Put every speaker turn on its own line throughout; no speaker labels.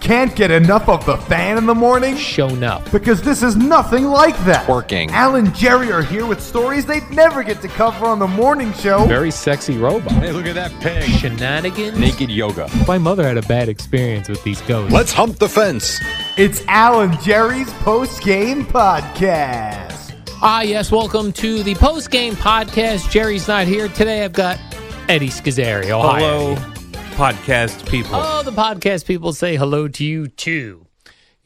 Can't get enough of the fan in the morning?
shown up.
Because this is nothing like that.
Working.
Al and Jerry are here with stories they'd never get to cover on the morning show.
Very sexy robot.
Hey, look at that pig.
Shenanigans.
Naked yoga.
My mother had a bad experience with these ghosts.
hump the fence.
It's Al and Jerry's post game podcast.
Ah, yes. Welcome to the post game podcast. Jerry's not here today. I've got Eddie Schizzeri. Oh, hi,
Hello,
Eddie.
podcast people.
Oh, the podcast people say hello to you too.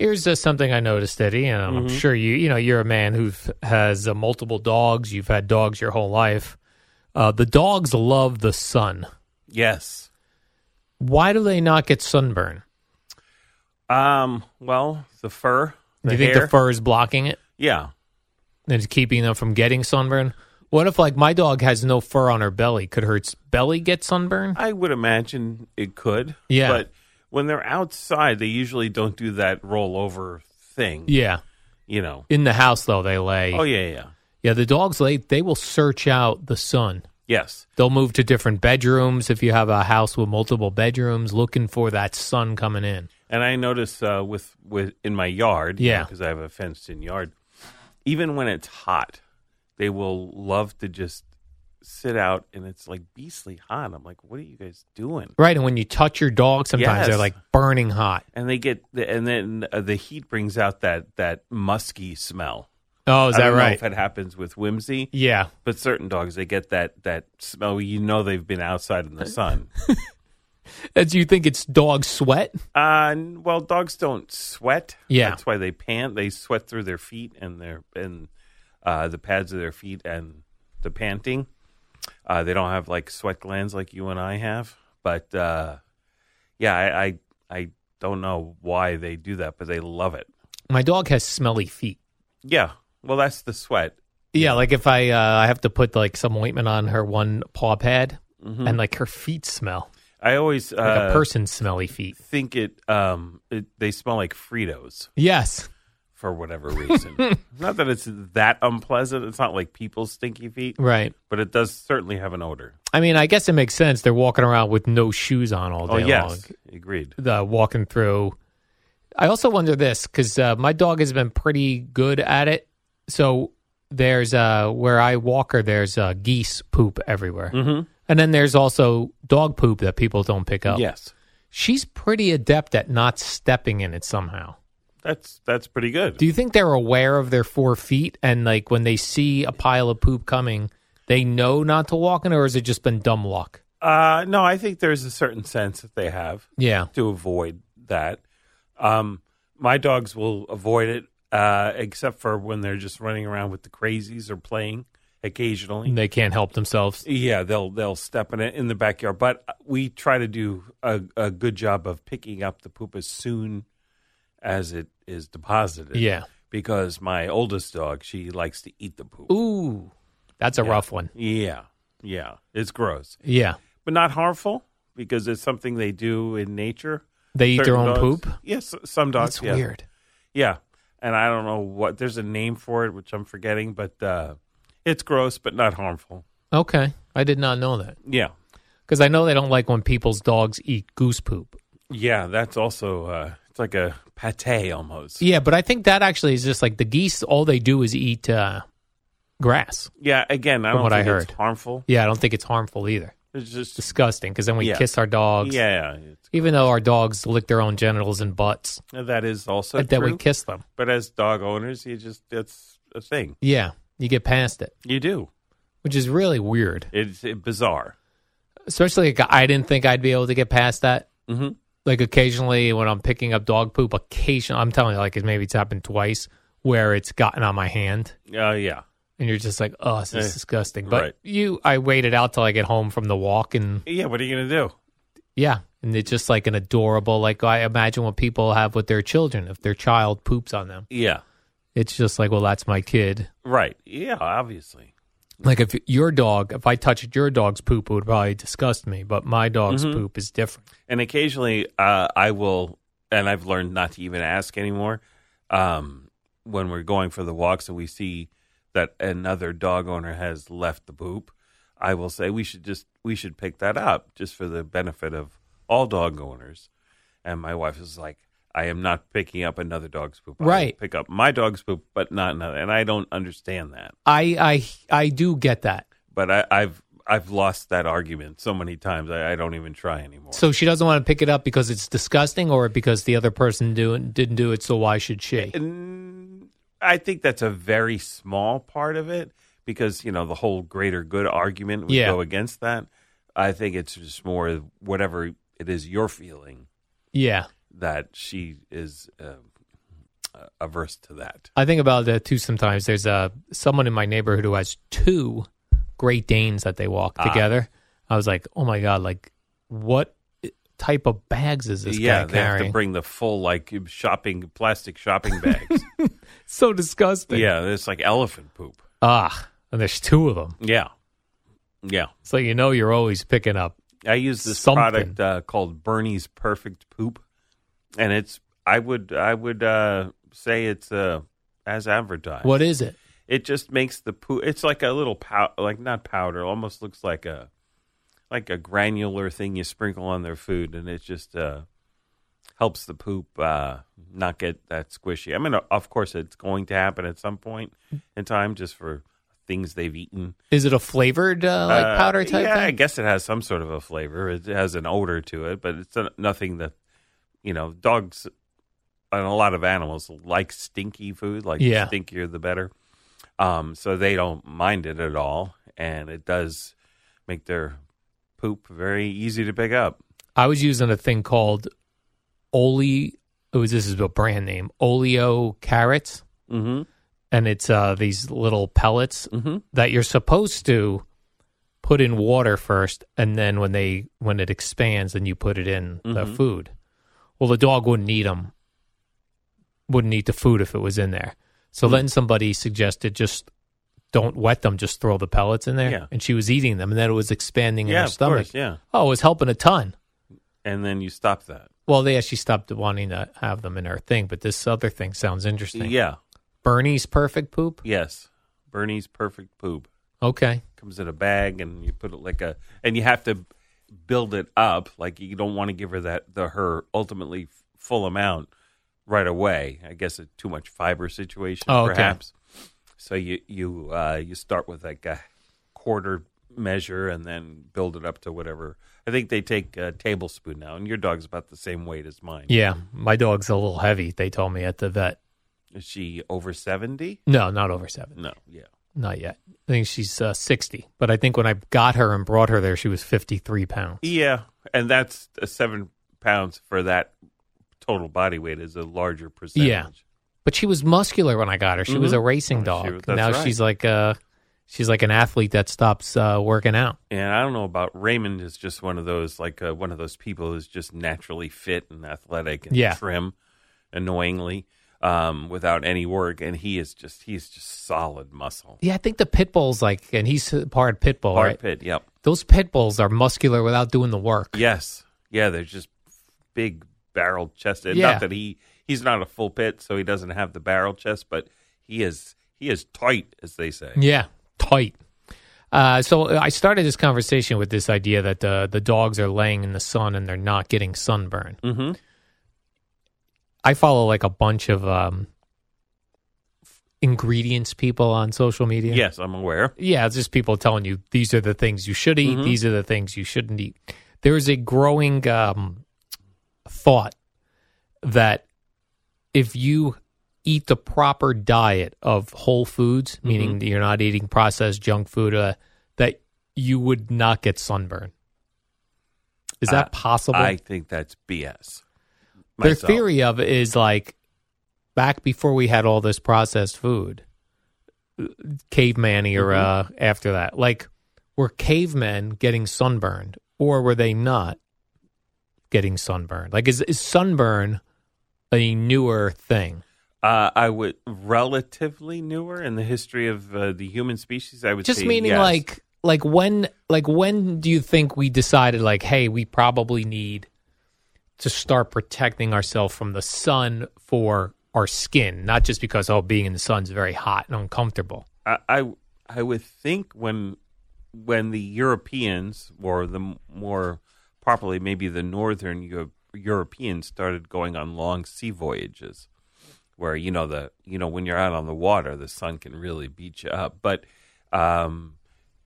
Here's just something I noticed, Eddie, and I'm
Mm-hmm.
sure you you know you're a man who has uh, multiple dogs. You've had dogs your whole life. Uh, the dogs love the sun.
Yes.
Why do they not get sunburn?
Um. Well, the fur.
Do
The
you think
hair.
the fur is blocking it?
Yeah.
and it's keeping them from getting sunburn. What if like my dog has no fur on her belly? Could her s- belly get sunburn?
I would imagine it could.
Yeah.
But when they're outside, they usually don't do that rollover thing.
Yeah.
You know.
In the house though, they lay.
Oh yeah, yeah.
Yeah, the dogs lay. They will search out the sun.
Yes.
They'll move to different bedrooms if you have a house with multiple bedrooms, looking for that sun coming in.
And I notice uh, with with in my yard.
Yeah.
Because I have a fenced-in yard. Even when it's hot, they will love to just sit out, and it's like beastly hot. I'm like, what are you guys doing?
Right, and when you touch your dog, sometimes they're
Yes.
like burning hot.
and they get the, and then uh, the heat brings out that that musky smell.
Oh, is
I
that
don't Know
right?
if it happens with whimsy,
yeah,
but certain dogs they get that that smell. You know they've been outside in the sun.
do you think it's dog sweat?
uh, well, dogs don't sweat.
Yeah.
that's why they pant. They sweat through their feet and their and uh, the pads of their feet and the panting. Uh, they don't have like sweat glands like you and I have, but uh, yeah, I, I I don't know why they do that, but they love it.
My dog has smelly feet.
Yeah. Well, that's the sweat.
Yeah, like if I uh, I have to put like some ointment on her one paw pad, and like her feet smell
I always Mm-hmm. uh,
like a person's smelly feet.
think it, um, it. They smell like Fritos
Yes,
for whatever reason. not that it's that unpleasant. It's not like people's stinky feet,
right.
but it does certainly have an odor.
I mean, I guess it makes sense. They're walking around with no shoes on all
Oh
day
yes,
long.
agreed.
The walking through. I also wonder this because uh, my dog has been pretty good at it. So there's uh, where I walk her. There's uh, geese poop everywhere, mm-hmm. and then there's also dog poop that people don't pick up.
Yes,
she's pretty adept at not stepping in it somehow.
that's that's pretty good.
Do you think they're aware of their four feet and like when they see a pile of poop coming, they know not to walk in, or has it just been dumb luck?
uh, no, I think there's a certain sense that they have
Yeah.
to avoid that. Um, my dogs will avoid it, uh, except for when they're just running around with the crazies or playing occasionally.
And they can't help themselves.
Yeah, they'll they'll step in it in the backyard, but we try to do a, a good job of picking up the poop as soon as it is deposited.
Yeah.
because my oldest dog, she likes to eat the poop.
Ooh. That's a rough one.
Yeah, yeah, it's gross,
Yeah.
but not harmful because it's something they do in nature.
They eat their
Certain
own
dogs-
poop?
Yes, some dogs.
That's
yeah.
weird.
Yeah, and I don't know what there's a name for it, which I'm forgetting, but uh, it's gross, but not harmful.
Okay. I did not know that.
Yeah,
Because I know they don't like when people's dogs eat goose poop.
Yeah, that's also uh, it's like a pate almost.
Yeah, but I think that actually is just like the geese, all they do is eat uh, grass.
Yeah, again, I
From
don't
what I
think it's
heard.
harmful.
Yeah, I don't think it's harmful either.
It's just
disgusting because then we
Yeah.
kiss our dogs.
yeah, it's,
Even though our dogs lick their own genitals and butts,
that is also
but then we
true.
kiss them.
But as dog owners, you just that's a thing
Yeah, you get past it,
you do.
which is really weird.
It's it, bizarre.
Especially, like, I didn't think I'd be able to get past that.
Mhm.
Like occasionally, when I'm picking up dog poop, occasionally I'm telling you, like it maybe it's happened twice where it's gotten on my hand,
Uh, yeah,
and you're just like, oh, this is
Eh,
disgusting. But
right.
you, I waited out till I get home from the walk, and
yeah. What are you gonna do?
yeah, and it's just like an adorable, like I imagine what people have with their children if their child poops on them.
Yeah,
It's just like, well, that's my kid.
right. Yeah, obviously.
Like if your dog, if I touched your dog's poop, it would probably disgust me. But my dog's
Mm-hmm.
poop is different.
And occasionally, uh, I will, and I've learned not to even ask anymore. Um, when we're going for the walks and we see that another dog owner has left the poop, I will say we should just we should pick that up just for the benefit of all dog owners. And my wife is like, I am not picking up another dog's poop. I will
Right.
pick up my dog's poop, but not another. And I don't understand that.
I I I do get that.
But I, I've I've lost that argument so many times. I, I don't even try anymore.
So she doesn't want to pick it up because it's disgusting, or because the other person doing didn't do it. So why should she?
Mm, I think that's a very small part of it because you know the whole greater good argument would
Yeah.
go against that. I think it's just more whatever it is you're feeling
Yeah,
that she is uh, uh, averse to that.
I think about that too. Sometimes there's a someone in my neighborhood who has two Great Danes that they walk
Ah.
together. I was like, oh my god, like what type of bags is this
yeah,
guy
they have to
carrying?
bring the full like shopping plastic shopping bags.
so disgusting.
yeah, it's like elephant poop.
Ah, and there's two of them.
Yeah, yeah.
So you know you're always picking up
I use this
Something.
product uh, called Bernie's Perfect Poop, and it's I would I would uh, say it's uh, as advertised.
What is it?
It just makes the poop. It's like a little pow- like not powder, almost looks like a like a granular thing you sprinkle on their food, and it just uh, helps the poop uh, not get that squishy. I mean, of course, it's going to happen at some point in time, just for things they've eaten.
Is it a flavored uh, like
Uh,
powder type
Yeah, I
thing?
guess it has some sort of a flavor. It has an odor to it, but it's not- nothing that you know. Dogs and a lot of animals like stinky food. Like
Yeah.
the stinkier the better. Um, so they don't mind it at all, and it does make their poop very easy to pick up.
I was using a thing called Oli. It was this is a brand name, Oleo carrots,
Mm-hmm.
and it's uh, these little pellets
Mhm.
that you're supposed to put in water first, and then when they when it expands, then you put it in the
Mm-hmm.
food. Well, the dog wouldn't eat them, wouldn't eat the food if it was in there. So
Hmm.
then somebody suggested just don't wet them, just throw the pellets in there,
Yeah.
and she was eating them, and then it was expanding in
Yeah,
her
of
stomach.
course. Yeah,
Oh, it was helping a ton.
and then you stop that.
Well, they actually stopped wanting to have them in her thing, but this other thing sounds interesting.
Yeah.
Bernie's perfect poop.
Yes. Bernie's perfect poop.
Okay.
comes in a bag and you put it like a and you have to build it up like you don't want to give her that the her ultimately f- full amount right away i guess a too much fiber situation
Oh, okay.
perhaps so you you uh you start with like a quarter measure and then build it up to whatever i think they take a tablespoon now and your dog's about the same weight as mine
Yeah, my dog's a little heavy. They told me at the vet.
is she over 70
No, not over seven.
no yeah
Not yet. I think she's uh, sixty. But I think when I got her and brought her there, she was fifty-three pounds.
Yeah, and that's uh, seven pounds for that total body weight is a larger percentage.
Yeah. But she was muscular when I got her. She was
Mhm.
a racing
Oh,
dog.
she was- that's
now
right.
she's like uh she's like an athlete that stops uh, working out.
and I don't know about Raymond is just one of those like uh, one of those people who's just naturally fit and athletic and
Yeah.
trim, annoyingly, um, without any work, and he is just he's just solid muscle.
Yeah, I think the pit bull's like, and he's part pit bull,
Hard
right?
pit, yep.
Those pit bulls are muscular without doing the work.
Yes, yeah, they're just big barrel chested.
Yeah.
Not that he he's not a full pit, so he doesn't have the barrel chest, but he is he is tight, as they say.
Yeah, tight. Uh, so I started this conversation with this idea that the the dogs are laying in the sun and they're not getting sunburn.
Mm-hmm.
I follow like a bunch of um, ingredients people on social media?
Yes, I'm aware.
Yeah, it's just people telling you these are the things you should eat, these are the things you shouldn't eat. There is a growing um, thought that if you eat the proper diet of whole foods, meaning that you're not eating processed junk food, uh, that you would not get sunburn. Is that
Uh,
possible?
I think that's BS.
Their
Myself.
theory of it is like back before we had all this processed food, caveman era after that. Like, were cavemen getting sunburned or were they not getting sunburned? Like, is, is sunburn a newer thing?
Uh, I would relatively newer in the history of uh, the human species. I would
Just
say
meaning
yes.
like like when like when do you think we decided like hey we probably need to start protecting ourselves from the sun for our skin not just because oh being in the sun's very hot and uncomfortable
I, I I would think when when the Europeans or the more properly maybe the northern Eu- Europeans started going on long sea voyages where you know the you know when you're out on the water the sun can really beat you up but um,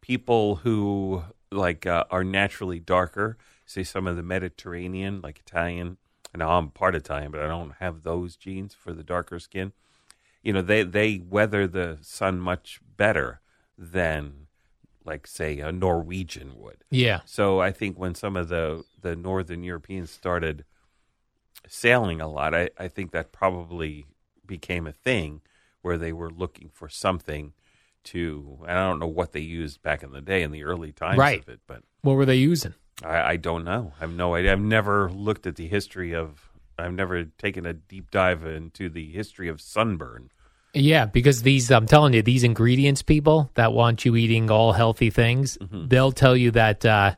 people who like uh, are naturally darker say some of the Mediterranean like Italian and I'm part Italian but I don't have those genes for the darker skin you know they they weather the sun much better than like say a norwegian would
yeah
so i think when some of the the northern europeans started sailing a lot i i think that probably became a thing where they were looking for something to and i don't know what they used back in the day in the early times
Right.
of it but
what were they using
I, I don't know. I have no idea. I've never looked at the history of. I've never taken a deep dive into the history of sunburn.
yeah because these i'm telling you these ingredients people that want you eating all healthy things they'll tell you that uh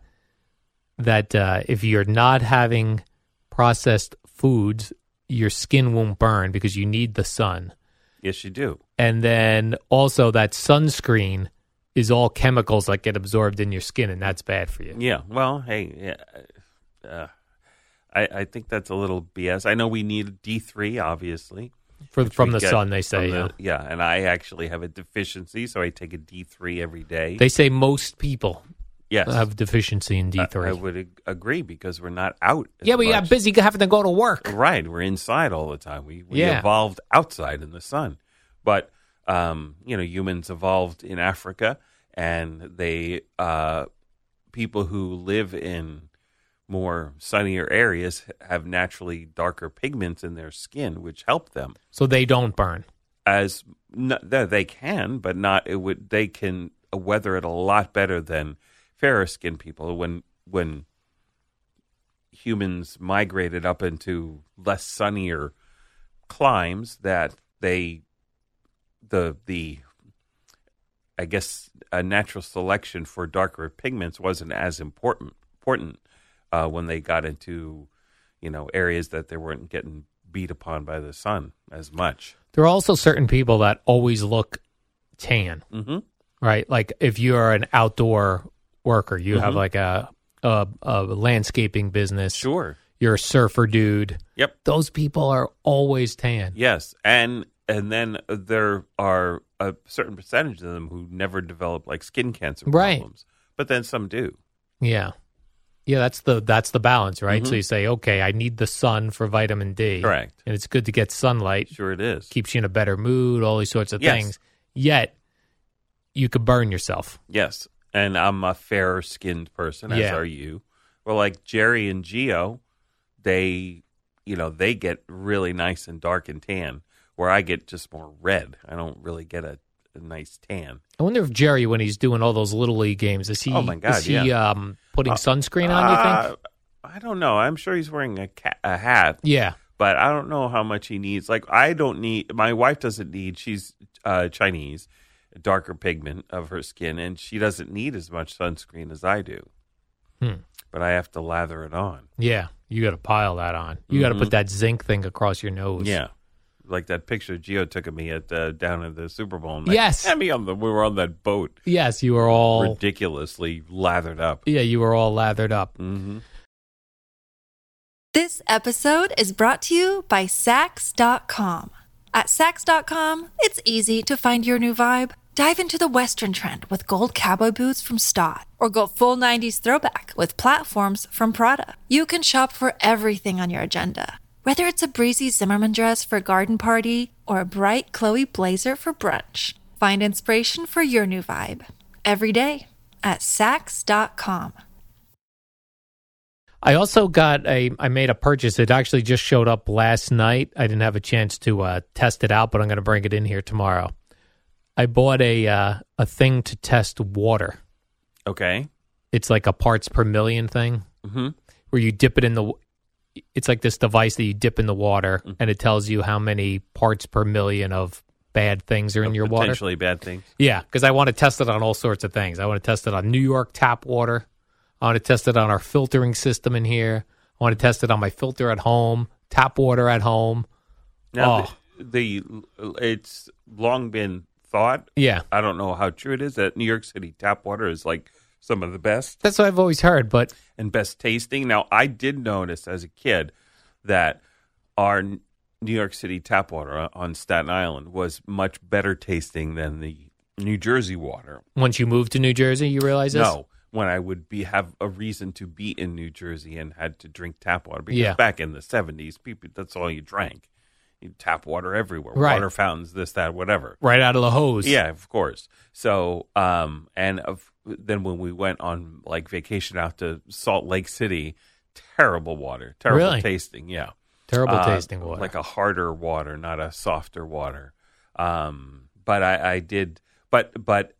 that uh if you're not having processed foods your skin won't burn because you need the sun
Yes, you do.
and then also that sunscreen is all chemicals that get absorbed in your skin and that's bad for you
Yeah. Well, hey, yeah, uh, I I think that's a little BS. I know we need D three, obviously.
for, from
We
the
get
sun they
from
say
the-
yeah.
yeah. and I actually have a deficiency, so I take a D three every day.
they say most people
yes,
have deficiency in
I-
d3
I, would ag- agree because we're not out. as
yeah but yeah
much.
busy having to go to work
Right, we're inside all the time. We we
Yeah.
evolved outside in the sun, but um, you know, humans evolved in Africa, and they uh, people who live in more sunnier areas have naturally darker pigments in their skin, which help them
so they don't burn
as no, that they can, but not it would they can weather it a lot better than fairer skinned people when when humans migrated up into less sunnier climes that they the the I guess uh, natural selection for darker pigments wasn't as important important uh, when they got into you know areas that they weren't getting beat upon by the sun as much.
there are also certain people that always look tan
Mhm.
right like if you're an outdoor worker you have like a, a a landscaping business
Mm-hmm. Sure.
you're a surfer dude
Yep.
those people are always tan
Yes, and and then there are a certain percentage of them who never develop like skin cancer
Right.
problems, but then some do.
Yeah. Yeah, that's the that's the balance, right? So you say, okay, I need the sun for vitamin D.
Mm-hmm. Correct.
And it's good to get sunlight.
Sure, it is.
Keeps you in a better mood, all these sorts of
Yes.
things. Yet you could burn yourself.
Yes, and I'm a fair skinned person, as
Yeah.
are you. Well, like Jerry and Geo, they, you know, they get really nice and dark and tan, where I get just more red. I don't really get a, a nice tan.
I wonder if Jerry, when he's doing all those little league games, is he
Oh my God,
is he
yeah.
um, putting sunscreen on, you think?
Uh, I don't know. I'm sure he's wearing a, ca- a hat,
Yeah.
but I don't know how much he needs. Like I don't need my wife doesn't need she's uh, Chinese, darker pigment of her skin, and she doesn't need as much sunscreen as I do.
Hmm.
But I have to lather it on.
Yeah. You gotta pile that on. You gotta put that zinc thing across your nose.
Mm-hmm. Yeah. Like that picture Geo took of me at uh, down at the Super Bowl. night.
Yes.
I mean, on the, we were on that boat,
Yes, you are all
ridiculously lathered up.
Yeah, you were all lathered up.
hmm
This episode is brought to you by Sax.com. At Sax.com, it's easy to find your new vibe. Dive into the Western trend with gold cowboy boots from Stott, or go full 90s throwback with platforms from Prada. You can shop for everything on your agenda, whether it's a breezy Zimmerman dress for a garden party or a bright Chloe blazer for brunch. Find inspiration for your new vibe every day at Sax.com.
I also got a. I made a purchase. It actually just showed up last night. I didn't have a chance to uh, test it out, but I'm going to bring it in here tomorrow. I bought a uh, a thing to test water.
Okay.
It's like a parts per million thing
Mhm.
where you dip it in the. w- It's like this device that you dip in the water, and it tells you how many parts per million of bad things are in your water.
Potentially bad thing.
Yeah, because I want to test it on all sorts of things. I want to test it on New York tap water. I want to test it on our filtering system in here. I want to test it on my filter at home, tap water at home.
Now,
Oh.
the, the it's long been thought.
Yeah,
I don't know how true it is that New York City tap water is like some of the best
that's what I've always heard. But
and best tasting. Now, I did notice as a kid that our New York City tap water on Staten Island was much better tasting than the New Jersey water.
once you move to New Jersey, you realize this.
No, when I would be have a reason to be in New Jersey and had to drink tap water because
Yeah.
back in the seventies, people that's all you drank. You tap water everywhere,
Right.
water fountains, this, that, whatever.
right out of the hose.
Yeah, of course. So, um, and of, then when we went on like vacation out to Salt Lake City, terrible water, terrible
Really?
tasting. Yeah,
terrible
uh,
tasting water.
like a harder water, not a softer water. Um, but I, I did, but but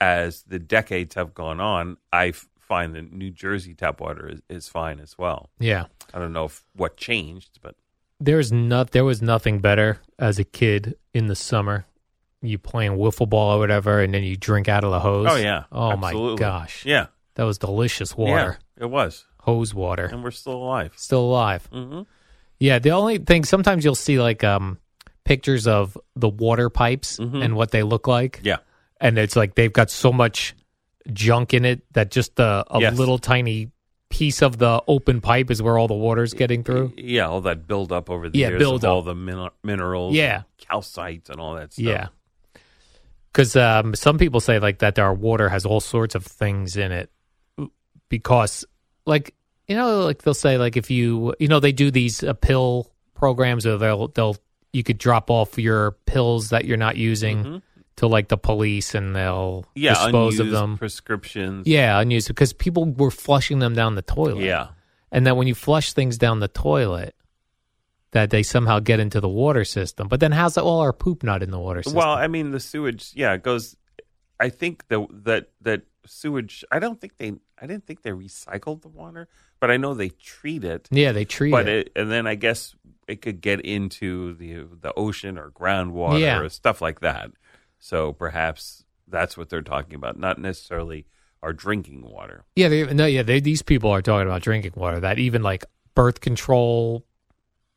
as the decades have gone on, I f- find that New Jersey tap water is, is fine as well.
yeah.
I don't know if what changed, but
There's not there was nothing better as a kid in the summer. You playing wiffle ball or whatever, and then you drink out of the hose.
oh yeah,
Oh my
absolutely.
gosh.
yeah,
That was delicious water.
yeah, it was,
Hose water.
and we're still alive.
Still alive.
hmm
Yeah, the only thing sometimes you'll see like um pictures of the water pipes
Mhm.
and what they look like.
Yeah,
And it's like they've got so much junk in it that just the a
Yes.
little tiny piece of the open pipe is where all the water's getting through.
yeah, all that build up over the
Yeah,
years,
build
of all
up.
the min- minerals,
Yeah.
calcite, and all that stuff.
Yeah. Cuz um some people say like that our water has all sorts of things in it because like you know like they'll say like if you you know they do these uh, pill programs or they'll they'll you could drop off your pills that you're not using to like the police and they'll
Mm-hmm. yeah,
dispose of
unused
them.
prescriptions.
yeah, unused because people were flushing them down the toilet.
yeah.
And then when you flush things down the toilet that they somehow get into the water system. But then how's all our poop not in the water system?
Well, I mean, the sewage, yeah, it goes. I think the that that sewage. I don't think they. I didn't think they recycled the water, but I know they treat it.
yeah, they treat
but
it.
it, and then I guess it could get into the the ocean or groundwater
Yeah.
or stuff like that. So perhaps that's what they're talking about, not necessarily our drinking water.
Yeah, they, no, yeah, they, these people are talking about drinking water. That even like birth control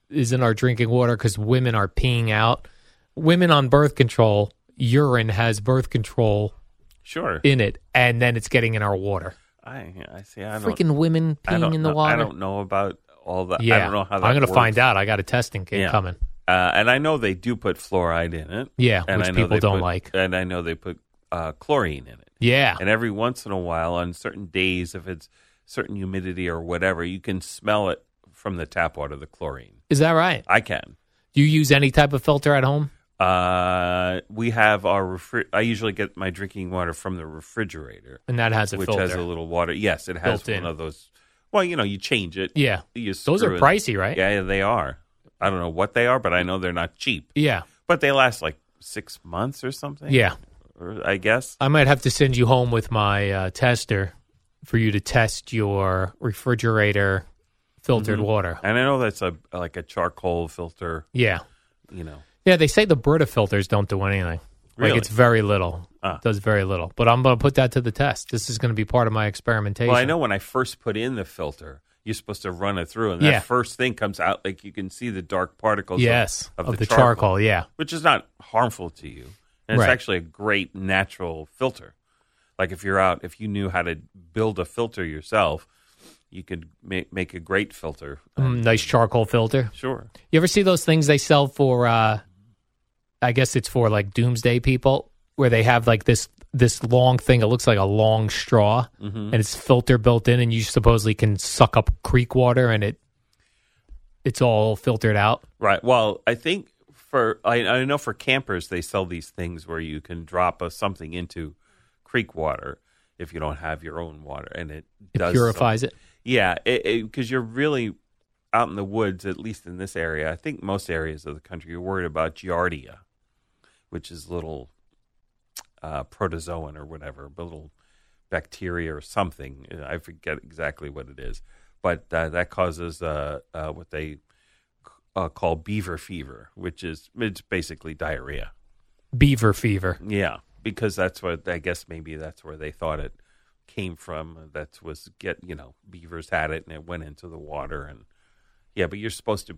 is in our drinking water because women are peeing out. Women on birth control urine has birth control
Sure,
in it, and then it's getting in our water.
I I see. I don't.
Freaking women
I
peeing
don't
in the
know,
water.
I don't know about all that.
yeah,
I don't know how that.
I'm gonna
works.
find out. I got a testing kit
Yeah.
coming.
Uh, and I know they do put fluoride in it.
Yeah,
and
which
I know
people
they
don't
put-
like.
And I know they put uh, chlorine in it.
Yeah,
And every once in a while, on certain days, if it's certain humidity or whatever, you can smell it from the tap water, the chlorine.
is that right?
I can.
Do you use any type of filter at home?
Uh, we have our refri- I usually get my drinking water from the refrigerator,
And that has a
which
filter.
has a little water. Yes, it has
Built
one
in.
of those. Well, you know, you change it.
yeah,
You
those are
screw it.
pricey, right?
Yeah, they are. I don't know what they are, but I know they're not cheap.
yeah,
But they last like six months or something.
yeah.
or, I guess.
I might have to send you home with my uh, tester for you to test your refrigerator filtered
Mm-hmm.
water.
And I know that's a like a charcoal filter,
Yeah.
you know.
Yeah, they say the Brita filters don't do anything.
Really?
Like it's very little.
Ah.
Does very little. But I'm going to put that to the test. This is going to be part of my experimentation.
Well, I know when I first put in the filter, you're supposed to run it through, and that
Yeah.
first thing comes out like you can see the dark particles. of-
Yes,
of,
the, charcoal. yeah.
which is not harmful to you, and it's
Right.
actually a great natural filter. Like if you're out, if you knew how to build a filter yourself, you could make make a great filter.
Mm, nice charcoal filter.
Sure.
You ever see those things they sell for uh, I guess it's for like doomsday people where they have like this this long thing. It looks like a long straw, and it's filter built in, and you supposedly can suck up creek water, and it it's all filtered out.
Right. Well, I think for I, I know for campers they sell these things where you can drop a, something into creek water if you don't have your own water, and it,
It
does
purifies it.
Yeah, because you're really out in the woods, at least in this area. I think most areas of the country, you're worried about giardia, which is little uh, protozoan or whatever, but little bacteria or something. I forget exactly what it is, but uh, that causes uh, uh, what they uh, call beaver fever, which is it's basically diarrhea.
Beaver fever.
Yeah, because that's what I guess maybe that's where they thought it came from. uh, That was get you know beavers had it and it went into the water and yeah, but you're supposed to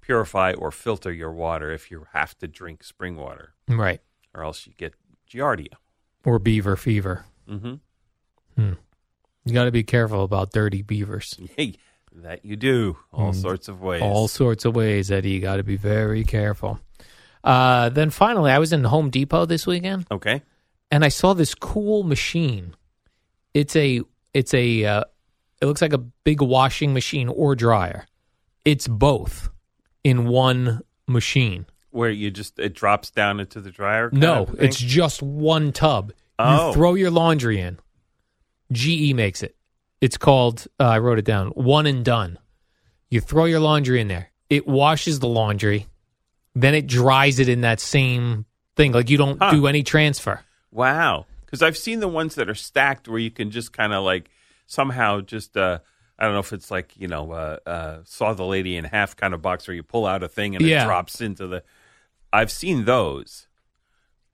purify or filter your water if you have to drink spring water,
Right.
or else you get giardia.
Or beaver fever.
Mm-hmm.
You got to be careful about dirty beavers.
that you do all sorts of ways.
Mm-hmm. All sorts of ways, Eddie. You got to be very careful. Uh, then finally, I was in Home Depot this weekend,
okay,
and I saw this cool machine. It's a it's a uh, it looks like a big washing machine or dryer. It's both in one machine.
where you just it drops down into the dryer. kind
No,
of thing?
it's just one tub.
Oh.
You throw your laundry in. GE makes it. It's called, uh, I wrote it down, one and done. You throw your laundry in there. It washes the laundry. Then it dries it in that same thing. Like you don't
Huh.
do any transfer.
Wow. Because I've seen the ones that are stacked where you can just kind of like somehow just, uh, I don't know if it's like, you know, uh, uh, saw the lady in half kind of box where you pull out a thing and
Yeah.
it drops into the. I've seen those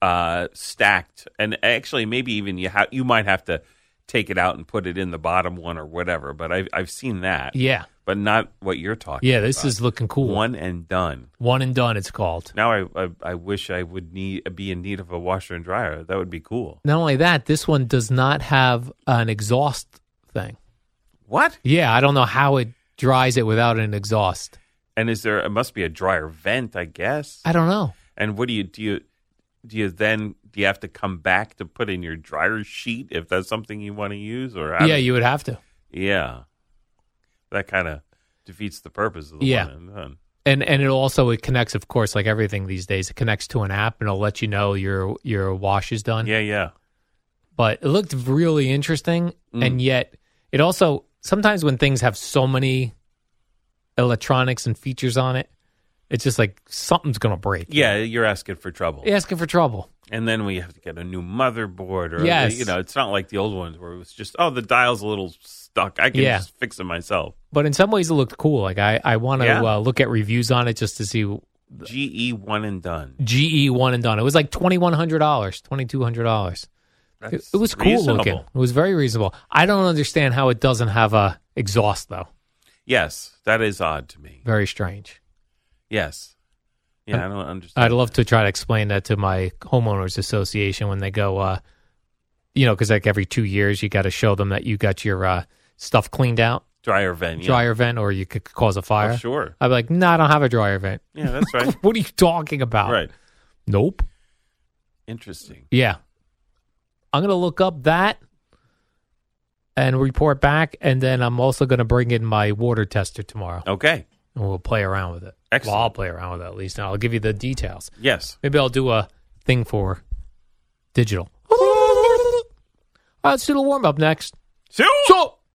uh, stacked. And actually, maybe even you, ha- you might have to take it out and put it in the bottom one or whatever. But I've, I've seen that.
Yeah.
But not what you're talking
Yeah, this
about.
is looking cool. One,
one and done.
and done, it's called.
Now I, I, I wish I would need be in need of a washer and dryer. That would be cool.
Not only that, this one does not have an exhaust thing.
What?
Yeah, I don't know how it dries it without an exhaust.
And is there? It must be a dryer vent, I guess.
I don't know.
And what do you do? You do you then do you have to come back to put in your dryer sheet if that's something you want to use? Or how
yeah,
do-
you would have to.
yeah, that kind of defeats the purpose of the
Yeah.
one and done.
and and it also it connects of course like everything these days it connects to an app and it'll let you know your your wash is done
Yeah, yeah,
but it looked really interesting and yet it also sometimes when things have so many electronics and features on it it's just like something's gonna break
yeah. You're asking for trouble,
You're asking for trouble
and then we have to get a new motherboard. Or
Yes.
you know, it's not like the old ones where it was just oh the dial's a little stuck. I can
Yeah.
just fix it myself.
but in some ways it looked cool like i i want to
Yeah.
uh, look at reviews on it just to see
GE E one and done.
ge one and done it was like $2100 $2200 It,
That's
it was cool looking.
reasonable.
It was very reasonable. I don't understand how it doesn't have a exhaust though.
Yes, that is odd to me.
Very strange.
Yes. Yeah, I don't understand.
I'd love to try to explain that to my homeowners association when they go, uh, you know, because like every two years you got to show them that you got your uh, stuff cleaned out,
dryer vent. Yeah.
dryer vent, or you could cause a fire.
Oh, sure.
I'd be like, no, I don't have a dryer vent.
Yeah, that's right.
What are you talking about?
right.
Nope.
Interesting.
Yeah. I'm going to look up that and report back. And then I'm also going to bring in my water tester tomorrow.
Okay.
and we'll play around with it.
Excellent.
Well, I'll play around with it at least, and I'll give you the details.
Yes.
Maybe I'll do a thing for digital. All right, let's do the warm up next.
So,
So,